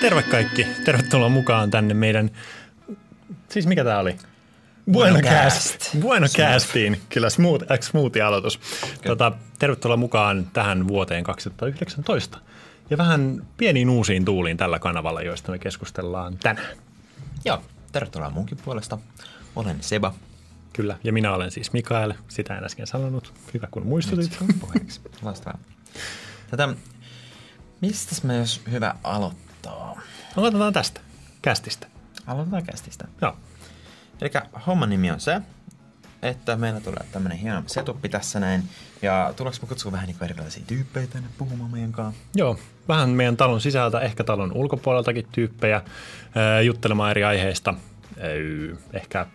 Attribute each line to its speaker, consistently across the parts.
Speaker 1: Terve kaikki. Tervetuloa mukaan tänne meidän... Siis mikä tää oli? Buenocast. Buenocastiin. Kyllä smooth, äh, smoothie aloitus. Tota, tervetuloa mukaan tähän vuoteen 2019. Ja vähän pieniin uusiin tuuliin tällä kanavalla, joista me keskustellaan tänään.
Speaker 2: Joo, tervetuloa munkin puolesta. Olen Seba.
Speaker 1: Kyllä. Ja minä olen siis Mikael. Sitä en äsken sanonut. Hyvä kun muistutit.
Speaker 2: Puheeksi. Loistavaa. Tätä, mistäs me jos hyvä aloittaa?
Speaker 1: Aloitetaan tästä. Kästistä.
Speaker 2: Aloitetaan kästistä.
Speaker 1: Joo.
Speaker 2: Eli homman nimi on se, että meillä tulee tämmönen hieno setuppi tässä näin. Ja tuleeko me kutsua vähän niinku erilaisia tyyppejä tänne puhumaan meidän kanssa?
Speaker 1: Joo, vähän meidän talon sisältä, ehkä talon ulkopuoleltakin tyyppejä ää, juttelemaan eri aiheista. Öö, Ehkä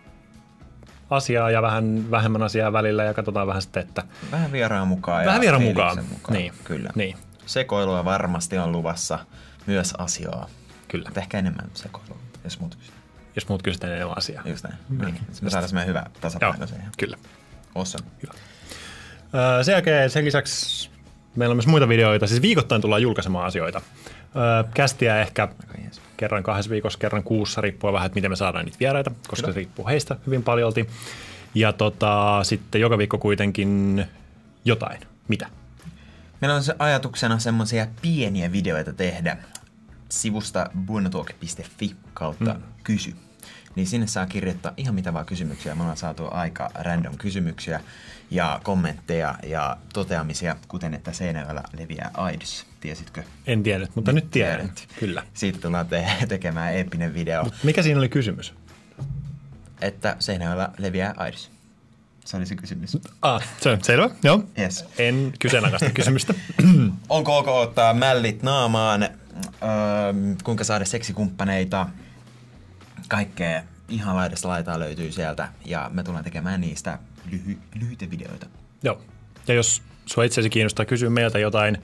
Speaker 1: asiaa ja vähän vähemmän asiaa välillä ja katsotaan vähän sitten, että
Speaker 2: Vähän vieraan mukaan.
Speaker 1: vähän
Speaker 2: ja
Speaker 1: vielä mukaan.
Speaker 2: fiiliksen mukaan.
Speaker 1: Niin,
Speaker 2: Kyllä.
Speaker 1: Niin,
Speaker 2: Sekoilua varmasti on luvassa. Myös asiaa.
Speaker 1: kyllä.
Speaker 2: Mutta ehkä enemmän sekoilua, jos muut kysyy.
Speaker 1: Jos muut kysytään enemmän asiaa.
Speaker 2: Just näin. Niin. Me saadaan semmoinen hyvä
Speaker 1: Joo,
Speaker 2: tasapaino siihen.
Speaker 1: kyllä.
Speaker 2: Awesome. Hyvä.
Speaker 1: Öö, Sen jälkeen sen lisäksi meillä on myös muita videoita. Siis viikoittain tullaan julkaisemaan asioita. Öö, Kästiä ehkä
Speaker 2: Aika jees.
Speaker 1: kerran kahdessa viikossa, kerran kuussa, riippuu vähän, että miten me saadaan niitä vieraita, koska
Speaker 2: Kyllä.
Speaker 1: se riippuu heistä hyvin paljolti. Ja tota, sitten joka viikko kuitenkin jotain. Mitä?
Speaker 2: Meillä on se ajatuksena semmoisia pieniä videoita tehdä sivusta buonotalk.fi kautta mm. kysy. Niin sinne saa kirjoittaa ihan mitä vaan kysymyksiä. Me ollaan saatu aika random kysymyksiä ja kommentteja ja toteamisia, kuten että Seinäjoella leviää AIDS. Tiesitkö?
Speaker 1: En tiennyt, mutta nyt tiedän.
Speaker 2: tiedät.
Speaker 1: Kyllä.
Speaker 2: Siitä tullaan te- tekemään eeppinen video,
Speaker 1: Mikä siinä oli kysymys?
Speaker 2: että Seinäjoella leviää AIDS. Se oli se kysymys.
Speaker 1: Ah, se on selvä. Joo.
Speaker 2: Yes.
Speaker 1: En kyseenalaista kysymystä.
Speaker 2: Onko ok ottaa mällit naamaan? Öö, kuinka saada seksikumppaneita? Kaikkea ihan laidasta laitaa löytyy sieltä ja me tullaan tekemään niistä lyhy- lyhyitä videoita.
Speaker 1: Joo. Ja jos sua itseäsi kiinnostaa kysyä meiltä jotain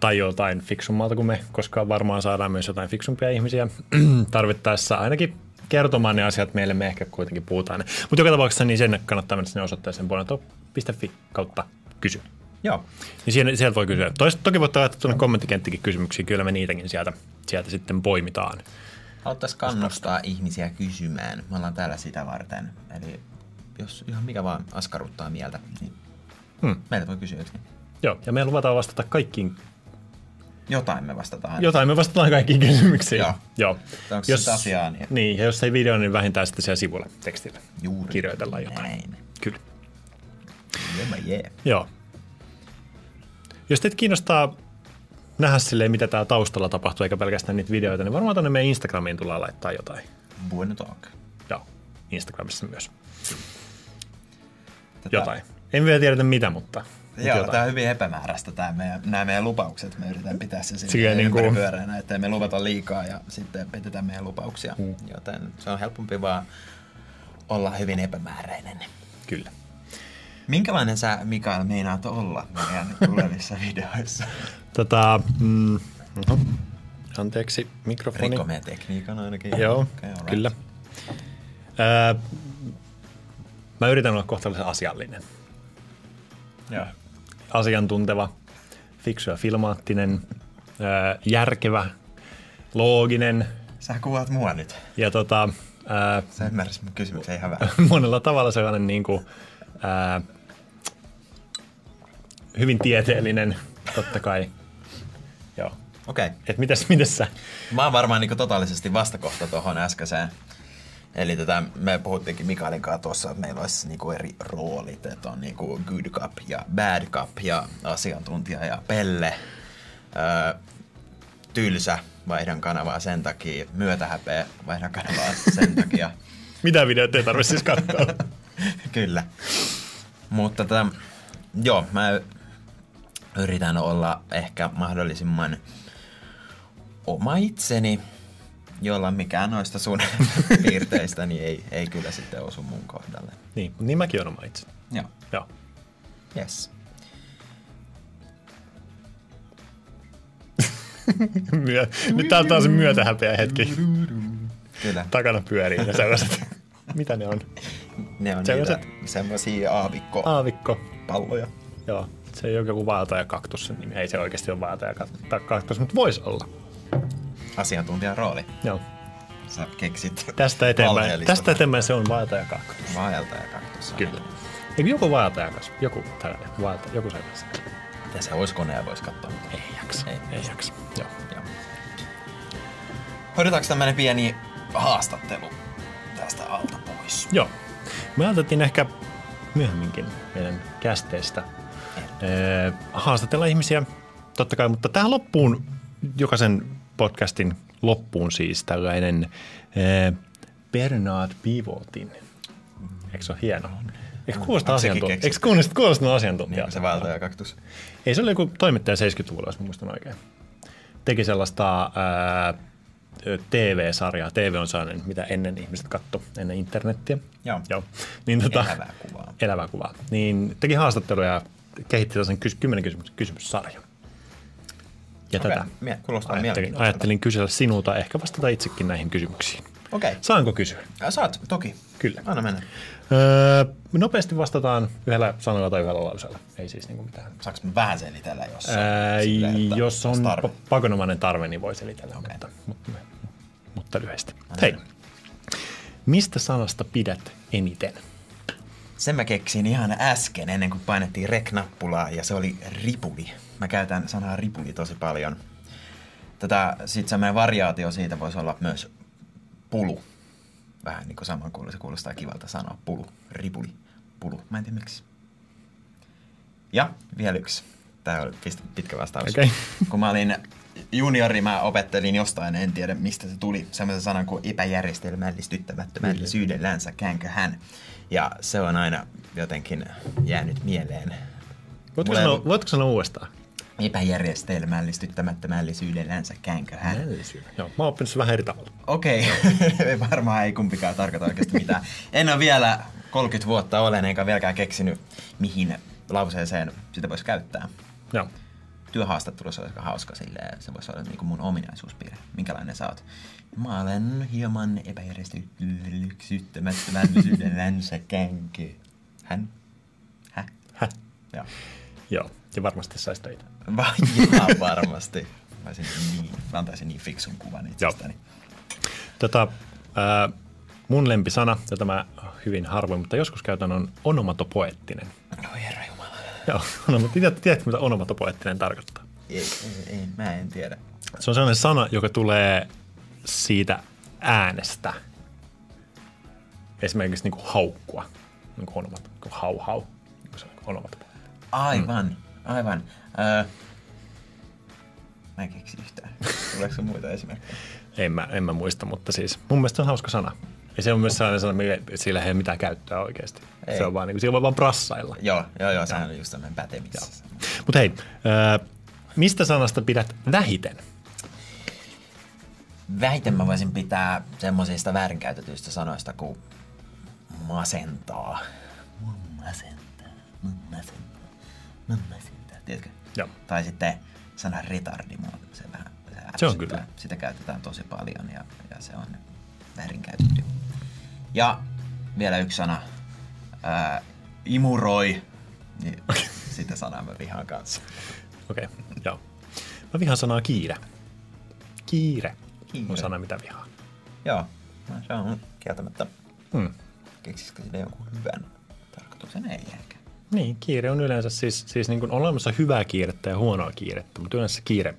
Speaker 1: tai jotain fiksummalta kuin me, koska varmaan saadaan myös jotain fiksumpia ihmisiä tarvittaessa ainakin kertomaan ne asiat meille, me ehkä kuitenkin puhutaan. Mutta joka tapauksessa niin sen kannattaa mennä sinne osoitteeseen bonato.fi kautta kysy.
Speaker 2: Joo.
Speaker 1: Niin siellä, sieltä voi kysyä. Tois, toki voitte laittaa tuonne kommenttikenttikin kysymyksiä, kyllä me niitäkin sieltä, sieltä sitten poimitaan.
Speaker 2: Haluttaisiin kannustaa ihmisiä kysymään. Me ollaan täällä sitä varten. Eli jos ihan mikä vaan askarruttaa mieltä, niin
Speaker 1: Hmm.
Speaker 2: meiltä voi kysyä jotakin.
Speaker 1: Joo, ja me luvataan vastata kaikkiin,
Speaker 2: Jotain me vastataan.
Speaker 1: jotain me vastataan kaikkiin kysymyksiin.
Speaker 2: Joo.
Speaker 1: Joo.
Speaker 2: Onko se asiaa, niin-
Speaker 1: Niin, ja jos ei video, niin vähintään sitten siellä sivulla tekstillä.
Speaker 2: Juuri
Speaker 1: kirjoitellaan jotain.
Speaker 2: Näin.
Speaker 1: Kyllä.
Speaker 2: Jeba, jee.
Speaker 1: Joo. Jos teitä kiinnostaa nähdä silleen, mitä tää taustalla tapahtuu, eikä pelkästään niitä videoita, niin varmaan tuonne meidän Instagramiin tullaan laittaa jotain.
Speaker 2: Bueno talk.
Speaker 1: Joo, Instagramissa myös.
Speaker 2: Tätä-
Speaker 1: Jotain. En vielä tiedetä mitä, mutta mutta
Speaker 2: Joo,
Speaker 1: jotain.
Speaker 2: tämä on hyvin epämääräistä tämä meidän, nämä meidän lupaukset. Me yritetään pitää se
Speaker 1: Sillä
Speaker 2: siinä
Speaker 1: niin kuin-
Speaker 2: niin pyöränä, että me luvata liikaa ja sitten petetään meidän lupauksia.
Speaker 1: Hmm.
Speaker 2: Mm. Joten se on helpompi vaan olla hyvin epämääräinen.
Speaker 1: Kyllä.
Speaker 2: Minkälainen sä, Mikael, meinaat olla meidän tulevissa videoissa?
Speaker 1: Tota, mm, no. Anteeksi, mikrofoni.
Speaker 2: Rikko meidän tekniikan ainakin.
Speaker 1: Joo,
Speaker 2: Okay, alright.
Speaker 1: kyllä. Öö, mä yritän olla kohtalaisen asiallinen.
Speaker 2: Joo.
Speaker 1: asiantunteva, fiksu ja filmaattinen, öö, järkevä, looginen
Speaker 2: Sä kuvaat mua nyt.
Speaker 1: ja tota, öö,
Speaker 2: Sä ymmärsit mun kysymyksen ihan väärin.
Speaker 1: monella tavalla sellainen niin kuin, öö, hyvin tieteellinen, totta kai. Joo.
Speaker 2: Okei. Okay.
Speaker 1: Et mitäs, mitäs sä?
Speaker 2: Mä oon varmaan niin totaalisesti vastakohta tuohon äskeiseen. Eli tätä, me puhuttiinkin Mikaelin kanssa tuossa, että meillä olisi niinku eri roolit, että on niinku good cup ja bad cup ja asiantuntija ja pelle. Öö, tylsä, vaihdan kanavaa sen takia. Myötähäpeä, vaihdan kanavaa sen takia.
Speaker 1: Mitä videoita ei tarvitse siis katsoa?
Speaker 2: Kyllä. Mutta tätä, joo, mä yritän olla ehkä mahdollisimman oma itseni, jolla mikään noista sun piirteistä niin ei, ei kyllä sitten osu mun kohdalle.
Speaker 1: niin, niin mäkin olen oma itse.
Speaker 2: Joo.
Speaker 1: Joo.
Speaker 2: Yes.
Speaker 1: Myö, nyt tää on taas myötähäpeä hetki.
Speaker 2: Kyllä.
Speaker 1: Takana pyörii ne sellaiset. Mitä ne on?
Speaker 2: Ne on niitä,
Speaker 1: Sellaiset-
Speaker 2: semmosia aavikko
Speaker 1: Aavikko.
Speaker 2: palloja.
Speaker 1: Joo, se ei ole joku vaeltajakaktus sen nimi. Ei se oikeasti ole vaeltajakaktus, mutta voisi olla.
Speaker 2: asiantuntijan rooli.
Speaker 1: Joo.
Speaker 2: Sä keksit
Speaker 1: Tästä eteenpäin,
Speaker 2: valheellista
Speaker 1: tästä eteenpäin se on vaeltajakakku.
Speaker 2: vaeltaja kaktus.
Speaker 1: Kyllä. Eikö joku vaeltajakas? Joku tällainen vaelta, joku sellainen.
Speaker 2: Miten se olisi konea voisi katsoa?
Speaker 1: Ei jaksa. Ei, ei jaksa. Joo.
Speaker 2: Joo. Hoidetaanko tämmönen pieni haastattelu tästä alta pois?
Speaker 1: Joo. Me ajateltiin ehkä myöhemminkin meidän kästeistä eh, haastatella ihmisiä, totta kai, mutta tähän loppuun, jokaisen podcastin loppuun siis tällainen eh, Bernard Pivotin. Eikö se ole hieno? Eikö kuulosta
Speaker 2: Onko sekin
Speaker 1: asiantuntijalta? Eikö
Speaker 2: keksitty? Niin,
Speaker 1: kuulosta, kuulosta asiantuntijalta?
Speaker 2: Se vaeltaja kaktus.
Speaker 1: Ei, se oli joku toimittaja 70-luvulla, jos mä muistan oikein. Teki sellaista ää, TV-sarjaa, TV on sellainen, mitä ennen ihmiset katto, ennen internettiä.
Speaker 2: Joo.
Speaker 1: Joo. Niin, tota,
Speaker 2: Elävää kuvaa.
Speaker 1: Elävää kuvaa. Niin teki haastatteluja ja kehitti sellaisen kys- kymmenen kysymys- kysymyssarjan. Ja
Speaker 2: Okei,
Speaker 1: tätä
Speaker 2: mie- kuulostaa
Speaker 1: ajattelin,
Speaker 2: mielenkiintoiselta.
Speaker 1: ajattelin kysellä sinulta, ehkä vastata itsekin näihin kysymyksiin.
Speaker 2: Okei.
Speaker 1: Saanko kysyä?
Speaker 2: Okay. Saat, toki.
Speaker 1: Kyllä.
Speaker 2: Anna mennä.
Speaker 1: Öö, nopeasti vastataan yhdellä sanalla tai yhdellä lauseella. Ei siis niinku mitään
Speaker 2: Saanko mä vähän selitellä, jos,
Speaker 1: Ää,
Speaker 2: silleen, että
Speaker 1: jos on
Speaker 2: olisi tarve?
Speaker 1: pa- pakonomainen tarve, niin voi selitellä, okay. mutta, mutta, mutta lyhyesti. Hei, mistä sanasta pidät eniten?
Speaker 2: Sen mä keksin ihan äsken, ennen kuin painettiin rek-nappulaa, ja se oli ripuli. Mä käytän sanaa ripuli tosi paljon. Tätä, sit semmoinen variaatio siitä voisi olla myös pulu. Vähän niin kuin saman kuulu, se kuulostaa kivalta sanoa. Pulu, ripuli, pulu. Mä en tiedä miksi. Ja vielä yksi. Tää oli pist- pitkä vastaus.
Speaker 1: Okei.
Speaker 2: Kun mä olin juniori, mä opettelin jostain, en tiedä mistä se tuli, semmoisen sanan kuin epäjärjestelmällistyttämättömällisyydellänsä, käänkö hän. Ja se on aina jotenkin jäänyt mieleen.
Speaker 1: Voitko,
Speaker 2: Mulla ei
Speaker 1: sanoa,
Speaker 2: ollut-
Speaker 1: voitko sanoa uudestaan?
Speaker 2: Epäjärjestelmällistyttämättömällisyydellänsä, käänkö hän.
Speaker 1: Joo, mä oon oppinut sen vähän eri tavalla.
Speaker 2: Okei, okay. varmaan ei kumpikaan tarkoita oikeasti mitään. En ole vielä 30 vuotta olen, enkä vieläkään keksinyt, mihin lauseeseen sitä voisi käyttää.
Speaker 1: Joo.
Speaker 2: Työhaastattelussa olisi aika hauska silleen, se voisi olla niinku mun ominaisuuspiirre. Minkälainen sä oot? Mä olen hieman epäjärjestyksettömättömällisyydellänsä känki. Hän? Häh?
Speaker 1: Häh?
Speaker 2: Joo.
Speaker 1: Joo, ja varmasti sais töitä.
Speaker 2: Vai ihan varmasti. Mä, olisin niin, mä antaisin niin fiksun kuvan itsestäni.
Speaker 1: Tota, ää, mun lempisana, jota mä hyvin harvoin, mutta joskus käytän, on onomatopoettinen.
Speaker 2: No herra jumala.
Speaker 1: Joo, onomat, tiedätkö, tiedätkö, mitä onomatopoettinen tarkoittaa?
Speaker 2: Ei, ei, ei, mä en tiedä.
Speaker 1: Se on sellainen sana, joka tulee siitä äänestä. Esimerkiksi niin kuin haukkua. Niin kuin onomat, niin kuin hau hau. Niin kuin se on niin onomat.
Speaker 2: Aivan, mm. aivan. Öö, mä en keksi yhtään. Tuleeko sun muita esimerkkejä?
Speaker 1: En mä, en mä muista, mutta siis mun mielestä se on hauska sana. Ja se on myös sellainen sana, mille sillä ei ole mitään käyttöä oikeasti. Ei.
Speaker 2: Ei.
Speaker 1: Se on vaan, niin kuin, sillä voi vaan prassailla.
Speaker 2: joo, joo, joo, sehän on just tämmöinen pätemissä.
Speaker 1: Mutta hei, öö, mistä sanasta pidät vähiten?
Speaker 2: Vähiten mä voisin pitää semmoisista väärinkäytetyistä sanoista kuin masentaa. Mua masentaa, mua masentaa, mua masentaa. Tiedätkö?
Speaker 1: Joo.
Speaker 2: Tai sitten sana retardi mua, se vähän se,
Speaker 1: Se on
Speaker 2: ärsyttää.
Speaker 1: kyllä.
Speaker 2: Sitä käytetään tosi paljon ja, ja se on väärinkäytetty. Ja vielä yksi sana. Ää, imuroi. Niin, Sitä sanaa mä vihaan kanssa.
Speaker 1: Okei, okay, joo. Mä vihaan sanaa kiire. Kiire. kiire.
Speaker 2: Kiire.
Speaker 1: On sana, mitä vihaan.
Speaker 2: Joo, no se on kieltämättä.
Speaker 1: Hmm.
Speaker 2: Keksisikö sille joku hyvän tarkoituksen? Ei ehkä.
Speaker 1: Niin, kiire on yleensä siis, siis niin kuin on olemassa hyvää kiirettä ja huonoa kiirettä, mutta yleensä kiire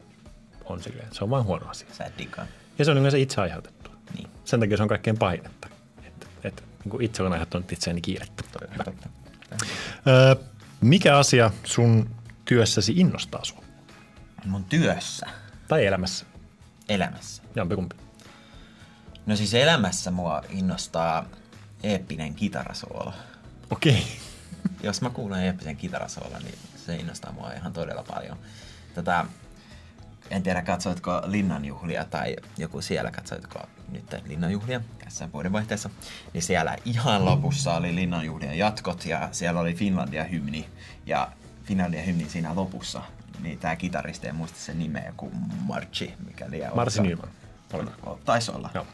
Speaker 1: on silleen, se on vain huono asia.
Speaker 2: Sä et digaa.
Speaker 1: Ja se on yleensä itse aiheutettu.
Speaker 2: Niin,
Speaker 1: Sen takia se on kaikkein pahin, että, että, että niin kuin itse on aiheuttanut itseäni kiirettä.
Speaker 2: toi on totta.
Speaker 1: Öö, mikä asia sun työssäsi innostaa sua?
Speaker 2: Mun työssä,
Speaker 1: Tai elämässä?
Speaker 2: elämässä.
Speaker 1: Jompikumpi.
Speaker 2: No siis elämässä mua innostaa eeppinen kitarasoolo.
Speaker 1: Okei.
Speaker 2: Jos mä kuulen eeppisen kitarasoolon, niin se innostaa mua ihan todella paljon. Tätä, en tiedä katsoitko Linnanjuhlia tai joku siellä, katsoitko nyt Linnanjuhlia tässä vuodenvaihteessa, niin siellä ihan lopussa oli Linnanjuhlien jatkot ja siellä oli Finlandia-hymni ja Finlandia-hymni siinä lopussa. Niin tää kitaristi, en muista sen nimeä, joku Marchi, mikä liian
Speaker 1: Marsi Nyman. Oletan.
Speaker 2: Taisi olla.
Speaker 1: Joo.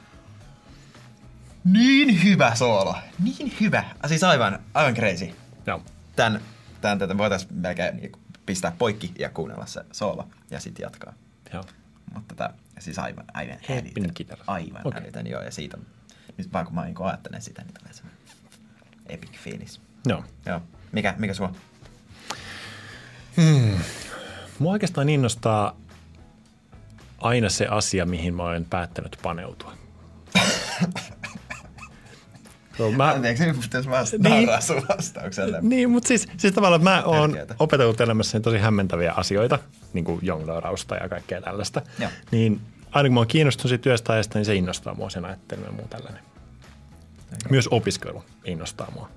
Speaker 2: Niin hyvä soolo. Niin hyvä. Ah, Siis aivan, aivan crazy.
Speaker 1: Joo.
Speaker 2: Tän, tän tätä voitaisiin melkein niinku pistää poikki ja kuunnella se soolo ja sitten jatkaa.
Speaker 1: Joo.
Speaker 2: Mutta tota, siis aivan, aivan
Speaker 1: Hairpin
Speaker 2: älytön.
Speaker 1: kitara.
Speaker 2: Aivan
Speaker 1: Okei.
Speaker 2: okay. älytön, joo. Ja siitä, nyt vaan kun mä niin ajattelen sitä, niin tulee semmoinen epic fiilis.
Speaker 1: Joo.
Speaker 2: Joo. Mikä, mikä sulla?
Speaker 1: Mua oikeastaan innostaa aina se asia, mihin mä olen päättänyt paneutua. Joo, mä,
Speaker 2: Anteeksi, nyt pitäisi vasta
Speaker 1: Niin.
Speaker 2: nauraa sun vastaukselle.
Speaker 1: niin, mutta siis, siis tavallaan mä oon
Speaker 2: Tärkeätä.
Speaker 1: opetellut elämässäni tosi hämmentäviä asioita, niin kuin jongleurausta ja kaikkea tällaista.
Speaker 2: Joo.
Speaker 1: Niin aina kun mä oon kiinnostunut siitä työstä ajasta, niin se innostaa mua sen ajattelu ja muu tällainen. Myös opiskelu innostaa mua,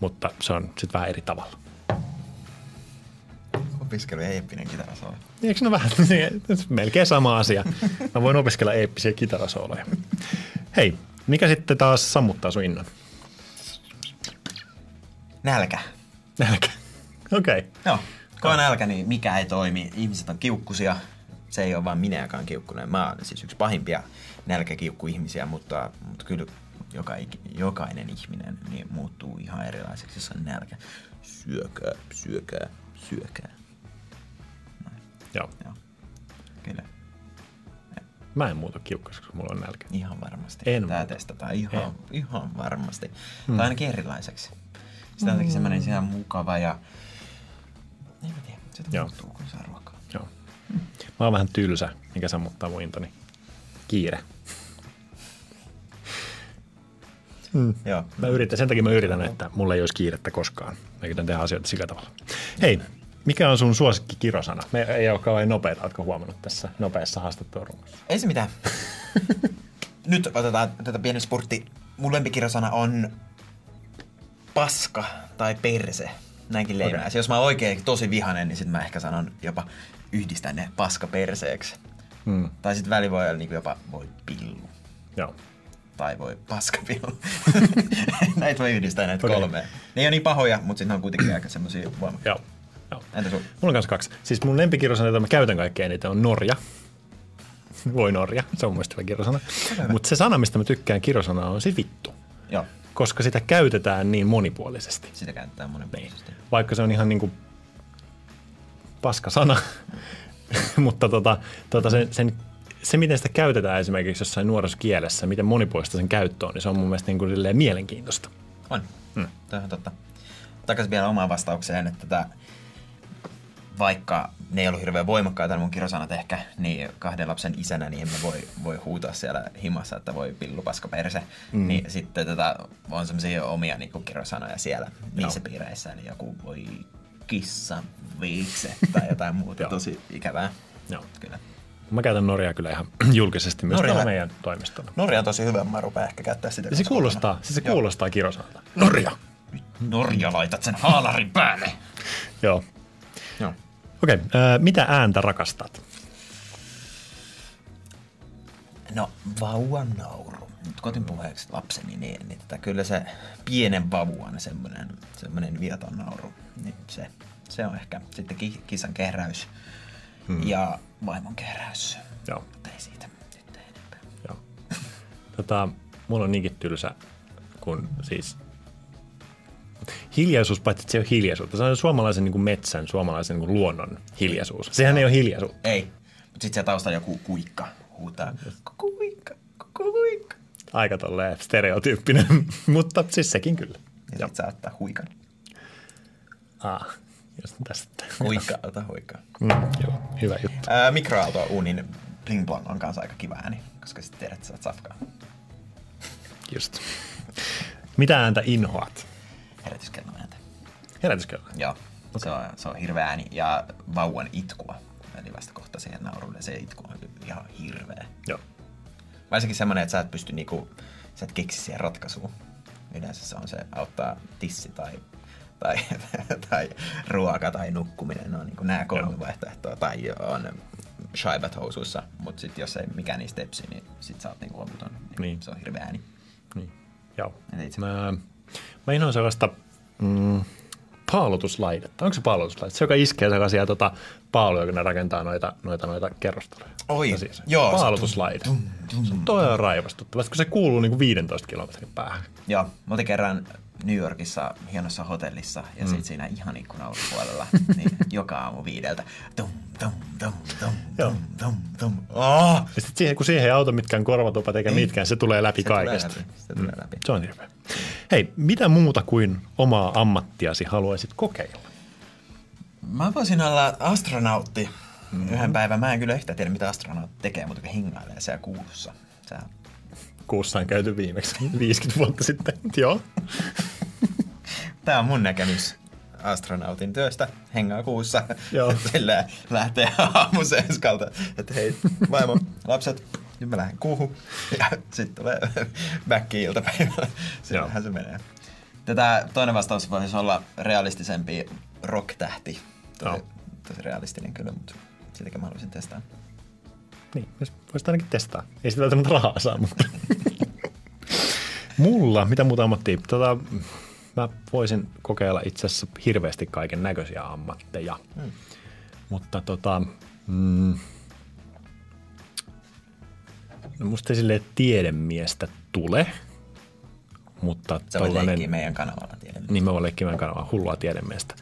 Speaker 1: mutta se on sitten vähän eri tavalla.
Speaker 2: Opiskelu ja eeppinen kitara soi.
Speaker 1: Eikö ne vähän niin, melkein sama asia? Mä voin opiskella eeppisiä kitarasooloja. Hei, mikä sitten taas sammuttaa sun innon?
Speaker 2: Nälkä.
Speaker 1: Nälkä. Okei. Okay.
Speaker 2: Joo. Kun on nälkä, niin mikä ei toimi. Ihmiset on kiukkusia. Se ei ole vaan minäkään kiukkunen. Mä oon siis yksi pahimpia nälkäkiukkuihmisiä, mutta, mutta kyllä joka, iki- jokainen ihminen niin muuttuu ihan erilaiseksi, jos on nälkä. Syökää, syökää, syökää.
Speaker 1: Joo.
Speaker 2: Joo. Kyllä.
Speaker 1: Mä en muuta kiukkaseksi, kun mulla on nälkä.
Speaker 2: Ihan varmasti.
Speaker 1: En
Speaker 2: Tää
Speaker 1: muuta.
Speaker 2: testataan ihan, ihan varmasti. Hmm. Tai ainakin erilaiseksi. Sitä on
Speaker 1: Hmm.
Speaker 2: jotenkin semmoinen ihan mukava ja... En mä tiedä, sitä
Speaker 1: Joo.
Speaker 2: muuttuu kun saa ruokaa.
Speaker 1: Joo. Mä oon vähän tylsä, mikä sammuttaa mun intoni. Kiire.
Speaker 2: Joo.
Speaker 1: Mä yritän, sen takia mä yritän, että mulla ei olisi kiirettä koskaan. Mä yritän tehdä asioita sillä tavalla. Hei, mikä on sun suosikki kirosana? Me ei ole kauhean nopeita, ootko huomannut tässä nopeassa haastattelurungossa?
Speaker 2: Ei se mitään. Nyt otetaan tätä pieni spurtti. Mun lempikirjasana on paska tai perse. Näinkin leimäisi.
Speaker 1: Okei.
Speaker 2: Okay. Jos mä oon oikein tosi vihanen, niin sit mä ehkä sanon jopa yhdistän ne paska perseeksi.
Speaker 1: Mm.
Speaker 2: Tai sit väli voi olla niinku jopa voi pillu.
Speaker 1: Joo.
Speaker 2: Tai voi paskapillu. näitä voi yhdistää näitä
Speaker 1: Okei.
Speaker 2: okay. kolme. Ne ei ole niin pahoja, mutta sit ne on kuitenkin aika semmosia voimakkaita.
Speaker 1: Joo. Joo.
Speaker 2: Entä sun?
Speaker 1: Mulla on kanssa kaksi. Siis mun lempikirjasana, jota mä käytän kaikkein eniten, on Norja. Voi Norja, se on mun mielestä hyvä kirjasana. Mutta se sana, mistä mä tykkään kirjasana, on siis vittu.
Speaker 2: Joo,
Speaker 1: Koska sitä käytetään niin monipuolisesti.
Speaker 2: sitä käytetään monen
Speaker 1: Niin.
Speaker 2: puolesta.
Speaker 1: Vaikka se on ihan niinku paska sana, mutta tota, tota sen, sen, se, miten sitä käytetään esimerkiksi jossain nuorisokielessä, miten monipuolista sen käyttö on, niin se on mun mielestä niinku silleen mielenkiintoista.
Speaker 2: On. Mm. Tämä on totta. Takaisin vielä omaan vastaukseen, että tätä, vaikka ne ei ollut hirveän voimakkaita ne mun kirosanat ehkä, niin kahden lapsen isänä niin en mä voi, voi huutaa siellä himassa, että voi pillu paska perse. Mm. Niin sitten tätä on semmoisia omia niin kirosanoja siellä niissä piireissä, niin joku voi kissa viikse tai jotain muuta
Speaker 1: Joo.
Speaker 2: tosi ikävää.
Speaker 1: Joo.
Speaker 2: Kyllä.
Speaker 1: Mä käytän Norjaa kyllä ihan julkisesti myös
Speaker 2: Norjalla-
Speaker 1: täällä meidän toimistolla.
Speaker 2: Norja on tosi hyvä, mä rupean ehkä käyttää sitä.
Speaker 1: Ja se kuulostaa, siis se kuulostaa kirosanalta. Norja!
Speaker 2: Norja laitat sen haalarin päälle.
Speaker 1: Joo.
Speaker 2: Joo.
Speaker 1: Okei, ö, mitä ääntä rakastat?
Speaker 2: No, vauvan nauru. Nyt kotin puheeksi lapseni, niin, niin tätä, kyllä se pienen vauvan semmoinen, semmoinen vieton nauru, niin se, se on ehkä sitten ki- kissan kehräys hmm. ja vaimon kehräys.
Speaker 1: Joo,
Speaker 2: Mutta ei siitä nyt enempää.
Speaker 1: joo. Tota, mulla on niinkin tylsä, kun siis hiljaisuus, paitsi että se ei ole hiljaisuutta, se on suomalaisen niin kuin metsän, suomalaisen niin kuin luonnon hiljaisuus. Sehän ei ole hiljaisuutta.
Speaker 2: Ei, mutta sitten siellä taustalla joku kuikka huutaa, kuikka, kuikka.
Speaker 1: Aika tolleen stereotyyppinen, mutta siis sekin kyllä.
Speaker 2: Ja
Speaker 1: Joo.
Speaker 2: sitten saa ottaa huikan.
Speaker 1: Ah, jos tästä.
Speaker 2: Huikka, ota huikka.
Speaker 1: Mm, joo, hyvä juttu.
Speaker 2: Ää, mikroaalto uunin bling blong on kanssa aika kiva ääni, koska sitten tiedät, että sä oot safkaa.
Speaker 1: Just. Mitä ääntä inhoat?
Speaker 2: Herätyskello ääntä.
Speaker 1: Herätyskello.
Speaker 2: Joo, okay. se, on, se on hirveä ääni ja vauvan itkua. Eli vasta kohta siihen naurulle se itku on ihan hirveä.
Speaker 1: Joo.
Speaker 2: Varsinkin semmoinen, että sä et pysty niinku, sä et keksi siihen ratkaisuun. Yleensä se on se auttaa tissi tai, tai, tai ruoka tai nukkuminen. Ne on niinku nämä kolme
Speaker 1: Joo.
Speaker 2: vaihtoehtoa. Tai on shaibat housuissa, mutta sitten jos ei mikään niistä tepsi, niin sit sä oot niinku loputon.
Speaker 1: Niin.
Speaker 2: Niin. Se on hirveä ääni.
Speaker 1: Niin. Joo.
Speaker 2: Eli itse-
Speaker 1: Mä, mä inhoan sellaista mm, paalutuslaitetta. Onko se paalutuslaite? Se, joka iskee sellaisia tota, paaluja, kun ne rakentaa noita, noita, noita kerrostaloja.
Speaker 2: Oi,
Speaker 1: Sellaisia.
Speaker 2: joo, se-
Speaker 1: Paalutuslaite. Se on todella raivostuttavasti, kun se kuuluu niinku 15 kilometrin päähän.
Speaker 2: Joo, mä olin kerran New Yorkissa hienossa hotellissa ja mm. sitten siinä ihan ikkunan ulkopuolella niin joka aamu viideltä. Tum, tum, tum, tum,
Speaker 1: Joo.
Speaker 2: tum, tum, tum. Oh!
Speaker 1: Ja sit siihen, kun siihen ei auta mitkään korvatupat eikä mitkään, se tulee läpi kaikesta. Mm.
Speaker 2: Tulee läpi. Se tulee läpi.
Speaker 1: Se on hirveä. Hei, mitä muuta kuin omaa ammattiasi haluaisit kokeilla?
Speaker 2: Mä voisin olla astronautti mm-hmm.
Speaker 1: Mm.
Speaker 2: yhden päivän. Mä en kyllä yhtään tiedä, mitä astronautti tekee, mutta kun hengailee siellä kuussa. Sä...
Speaker 1: Kuussa on käyty viimeksi 50 vuotta sitten. Joo.
Speaker 2: Tämä on mun näkemys astronautin työstä. Hengaa kuussa.
Speaker 1: Joo.
Speaker 2: Sillä lähtee aamu seiskalta, että hei vaimo, lapset, nyt mä lähden kuuhun. Ja sitten tulee backi iltapäivällä. Sillähän se menee. Tätä toinen vastaus voisi olla realistisempi rock-tähti. Tosi,
Speaker 1: Joo.
Speaker 2: tosi realistinen kyllä, mutta sitäkin mä haluaisin testaa.
Speaker 1: Niin, jos voisit ainakin testaa. Ei sitä välttämättä rahaa saa, mutta... Mulla, mitä muuta ammattia? Tota, mä voisin kokeilla itse asiassa hirveästi kaiken näköisiä ammatteja. Hmm. Mutta tota, mm, no musta ei silleen tiedemiestä tule, mutta
Speaker 2: Sä voit leikkiä meidän kanavalla tiedemiestä.
Speaker 1: niin mä voin leikkiä meidän kanavaa, hullua tiedemiestä.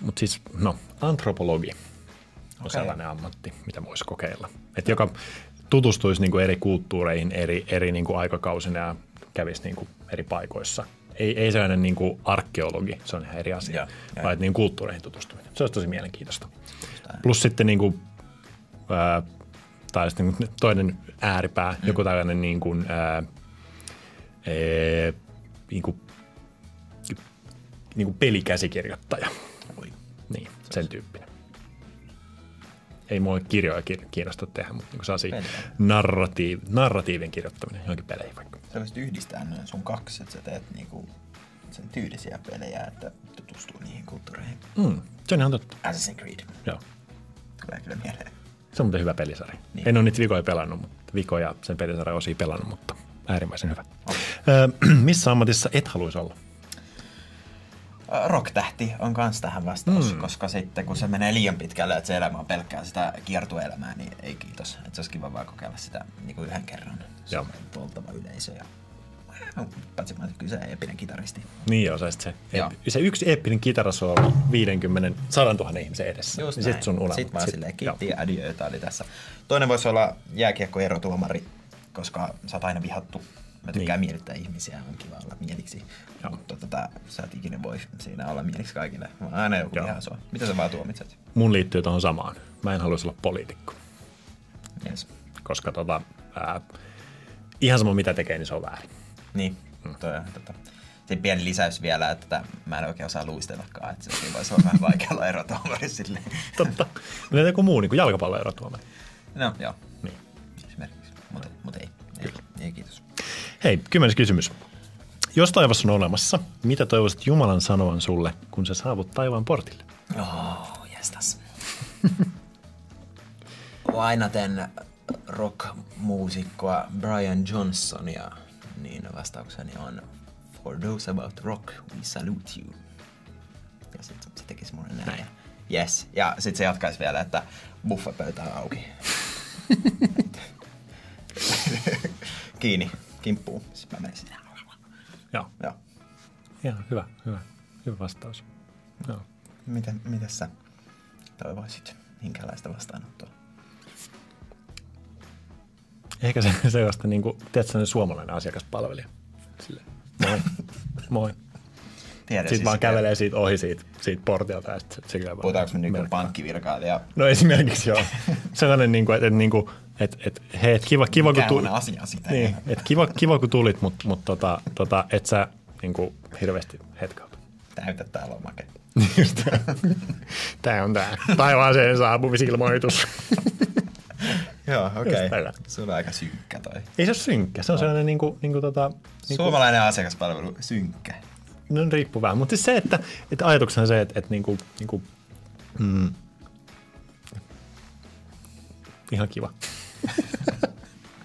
Speaker 1: Mutta siis, no, antropologi on okay.
Speaker 2: Okei.
Speaker 1: sellainen ammatti, mitä voisi kokeilla. Et joka tutustuisi niinku eri kulttuureihin eri, eri niinku aikakausina ja kävisi niinku eri paikoissa. Ei, ei sellainen niinku arkeologi, se on ihan eri asia,
Speaker 2: Joo, joo.
Speaker 1: vaan et niin kulttuureihin tutustuminen. Se olisi tosi mielenkiintoista. Plus sitten niinku, ää, tai sitten niinku toinen ääripää, mm. joku tällainen niinku, ää, ee, niinku, niinku pelikäsikirjoittaja.
Speaker 2: Voi.
Speaker 1: Niin, sen tyyppinen. Ei mua kirjoja kiin- kiinnosta tehdä, mutta niin saa
Speaker 2: Pelejä.
Speaker 1: narratiiv- narratiivin kirjoittaminen johonkin peleihin vaikka.
Speaker 2: Sä voisit yhdistää noin sun kaksi, että sä teet niinku sen tyylisiä pelejä, että tutustuu niihin kulttuureihin.
Speaker 1: Mm, se on ihan totta.
Speaker 2: Assassin's Creed
Speaker 1: Joo.
Speaker 2: tulee kyllä mieleen.
Speaker 1: Se on muuten hyvä pelisarja. Niin.
Speaker 2: Niin.
Speaker 1: En ole niitä vikoja pelannut, mutta vikoja sen pelisarjan osia pelannut, mutta äärimmäisen hyvä. Öö, missä ammatissa et haluaisi olla?
Speaker 2: Ä, Rock-tähti on kans tähän vastaus, mm. koska sitten kun se menee liian pitkälle, että se elämä on pelkkää sitä kiertueelämää, niin ei kiitos. Että se olisi kiva vaan kokeilla sitä niinku yhden kerran. Se
Speaker 1: Joo.
Speaker 2: on poltava yleisö ja Äh, no, Paitsi mä olen kyllä se eeppinen kitaristi.
Speaker 1: Niin joo, sä sit se,
Speaker 2: Joo.
Speaker 1: se yksi eeppinen kitarasoolo 50 100 000 ihmisen edessä.
Speaker 2: Just
Speaker 1: niin
Speaker 2: näin.
Speaker 1: sit sun unelma.
Speaker 2: Sitten vaan
Speaker 1: Sit-
Speaker 2: silleen
Speaker 1: joo.
Speaker 2: kiitti ja adioita oli tässä. Toinen voisi olla jääkiekkoerotuomari, koska sä oot aina vihattu. Mä tykkään niin. miellyttää ihmisiä, on kiva olla mieliksi.
Speaker 1: Joo.
Speaker 2: Mutta tota, sä et ikinä voi siinä olla mieliksi kaikille. Mä aina joku
Speaker 1: Joo.
Speaker 2: vihaa sua. Mitä sä vaan tuomitset?
Speaker 1: Mun liittyy tuohon samaan. Mä en haluaisi olla poliitikko.
Speaker 2: Yes.
Speaker 1: koska tota, ää, ihan sama mitä tekee, niin se on väärin.
Speaker 2: Niin,
Speaker 1: Mm.
Speaker 2: toi on tota. Sitten pieni lisäys vielä, että tää- mä en oikein osaa luistellakaan, että se voisi olla vähän vaikea olla erotuomari silleen.
Speaker 1: Totta. Mutta joku muu niin jalkapalloerotuomari.
Speaker 2: No, joo.
Speaker 1: Niin.
Speaker 2: Esimerkiksi. Mutta mut ei. Ei, ei, kiitos.
Speaker 1: Hei, kymmenes kysymys. Jos taivas on olemassa, mitä toivoisit Jumalan sanovan sulle, kun sä saavut taivaan portille?
Speaker 2: Oh, jästäs. Lainaten rock-muusikkoa Brian Johnsonia, niin vastaukseni on For those about rock, we salute you. Ja sit se tekisi mulle näin. näin. Yes. Ja sit se jatkaisi vielä, että buffapöytä on auki. Kiinni, kimppuun. Sit mä menisin.
Speaker 1: Joo,
Speaker 2: Joo.
Speaker 1: ihan hyvä, hyvä, hyvä vastaus. Joo.
Speaker 2: Mitä, mitä sä toivoisit? Minkälaista vastaanottoa?
Speaker 1: Ehkä se sellaista, niin kuin, tiedätkö, sellainen suomalainen asiakaspalvelija. Sille. siis Moi, moi.
Speaker 2: Tiedän, siis
Speaker 1: Sitten vaan kävelee siitä ohi siitä, siitä portilta ja sitten se kyllä vaan-
Speaker 2: Puhutaanko me niinku
Speaker 1: Merkkaa.
Speaker 2: pankkivirkailija?
Speaker 1: No esimerkiksi joo. Sellainen, niin kuin, että, että, niin kuin, että, että hei, että kiva, kiva, kun
Speaker 2: Mikä
Speaker 1: tuli,
Speaker 2: on asia sitä?
Speaker 1: niin, että kiva, kiva, kun tulit, mutta mut, tota, tota, et sä niin kuin, hirveästi hetkautu.
Speaker 2: Täytä tää lomake.
Speaker 1: Tää on tää. Taivaaseen saapumisilmoitus.
Speaker 2: Joo, okei.
Speaker 1: Just tällä.
Speaker 2: Sulla on aika synkkä toi.
Speaker 1: Ei se ole synkkä, se on sellainen niin kuin, niin kuin, tota, niin kuin,
Speaker 2: Suomalainen asiakaspalvelu, synkkä.
Speaker 1: no, riippuu vähän. Mutta siis se, että, että ajatuksena se, että, että niin kuin, niin kuin, mm, ihan kiva.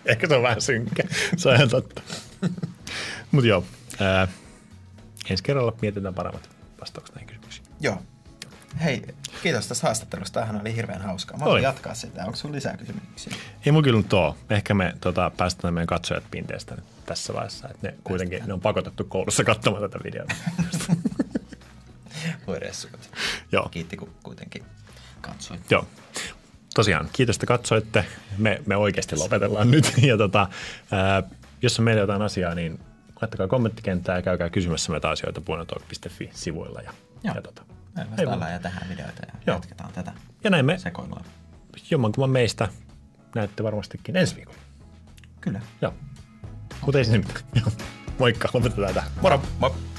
Speaker 1: Ehkä se on vähän synkkä, se on ihan totta. Mutta joo, ää, ensi kerralla mietitään paremmat vastaukset näihin kysymyksiin.
Speaker 2: Joo. Hei, Kiitos tästä haastattelusta. Tämähän oli hirveän hauskaa. Mä voin
Speaker 1: Oli.
Speaker 2: jatkaa sitä. Onko sun lisää kysymyksiä?
Speaker 1: Ei mun kyllä nyt oo. Ehkä me tota, päästetään meidän katsojat pinteestä nyt tässä vaiheessa. Että ne kuitenkin ne on pakotettu koulussa katsomaan tätä videota.
Speaker 2: Voi ressukot.
Speaker 1: Joo.
Speaker 2: Kiitti kun kuitenkin katsoit.
Speaker 1: Joo. Tosiaan, kiitos, että katsoitte. Me, me oikeasti lopetellaan nyt. Ja tota, ää, jos on meillä jotain asiaa, niin laittakaa kommenttikenttää ja käykää kysymässä meitä asioita puolentalk.fi-sivuilla. Ja,
Speaker 2: Joo.
Speaker 1: ja, tota,
Speaker 2: Me
Speaker 1: ei
Speaker 2: vastaillaan ja tehdään videoita ja
Speaker 1: Joo.
Speaker 2: jatketaan tätä
Speaker 1: ja näin me
Speaker 2: sekoilua.
Speaker 1: jommankumman meistä näette varmastikin ensi viikolla.
Speaker 2: Kyllä.
Speaker 1: Joo. Mutta ei sinne mitään. Joo. Moikka, lopetetaan tähän. Moro!
Speaker 2: Moi.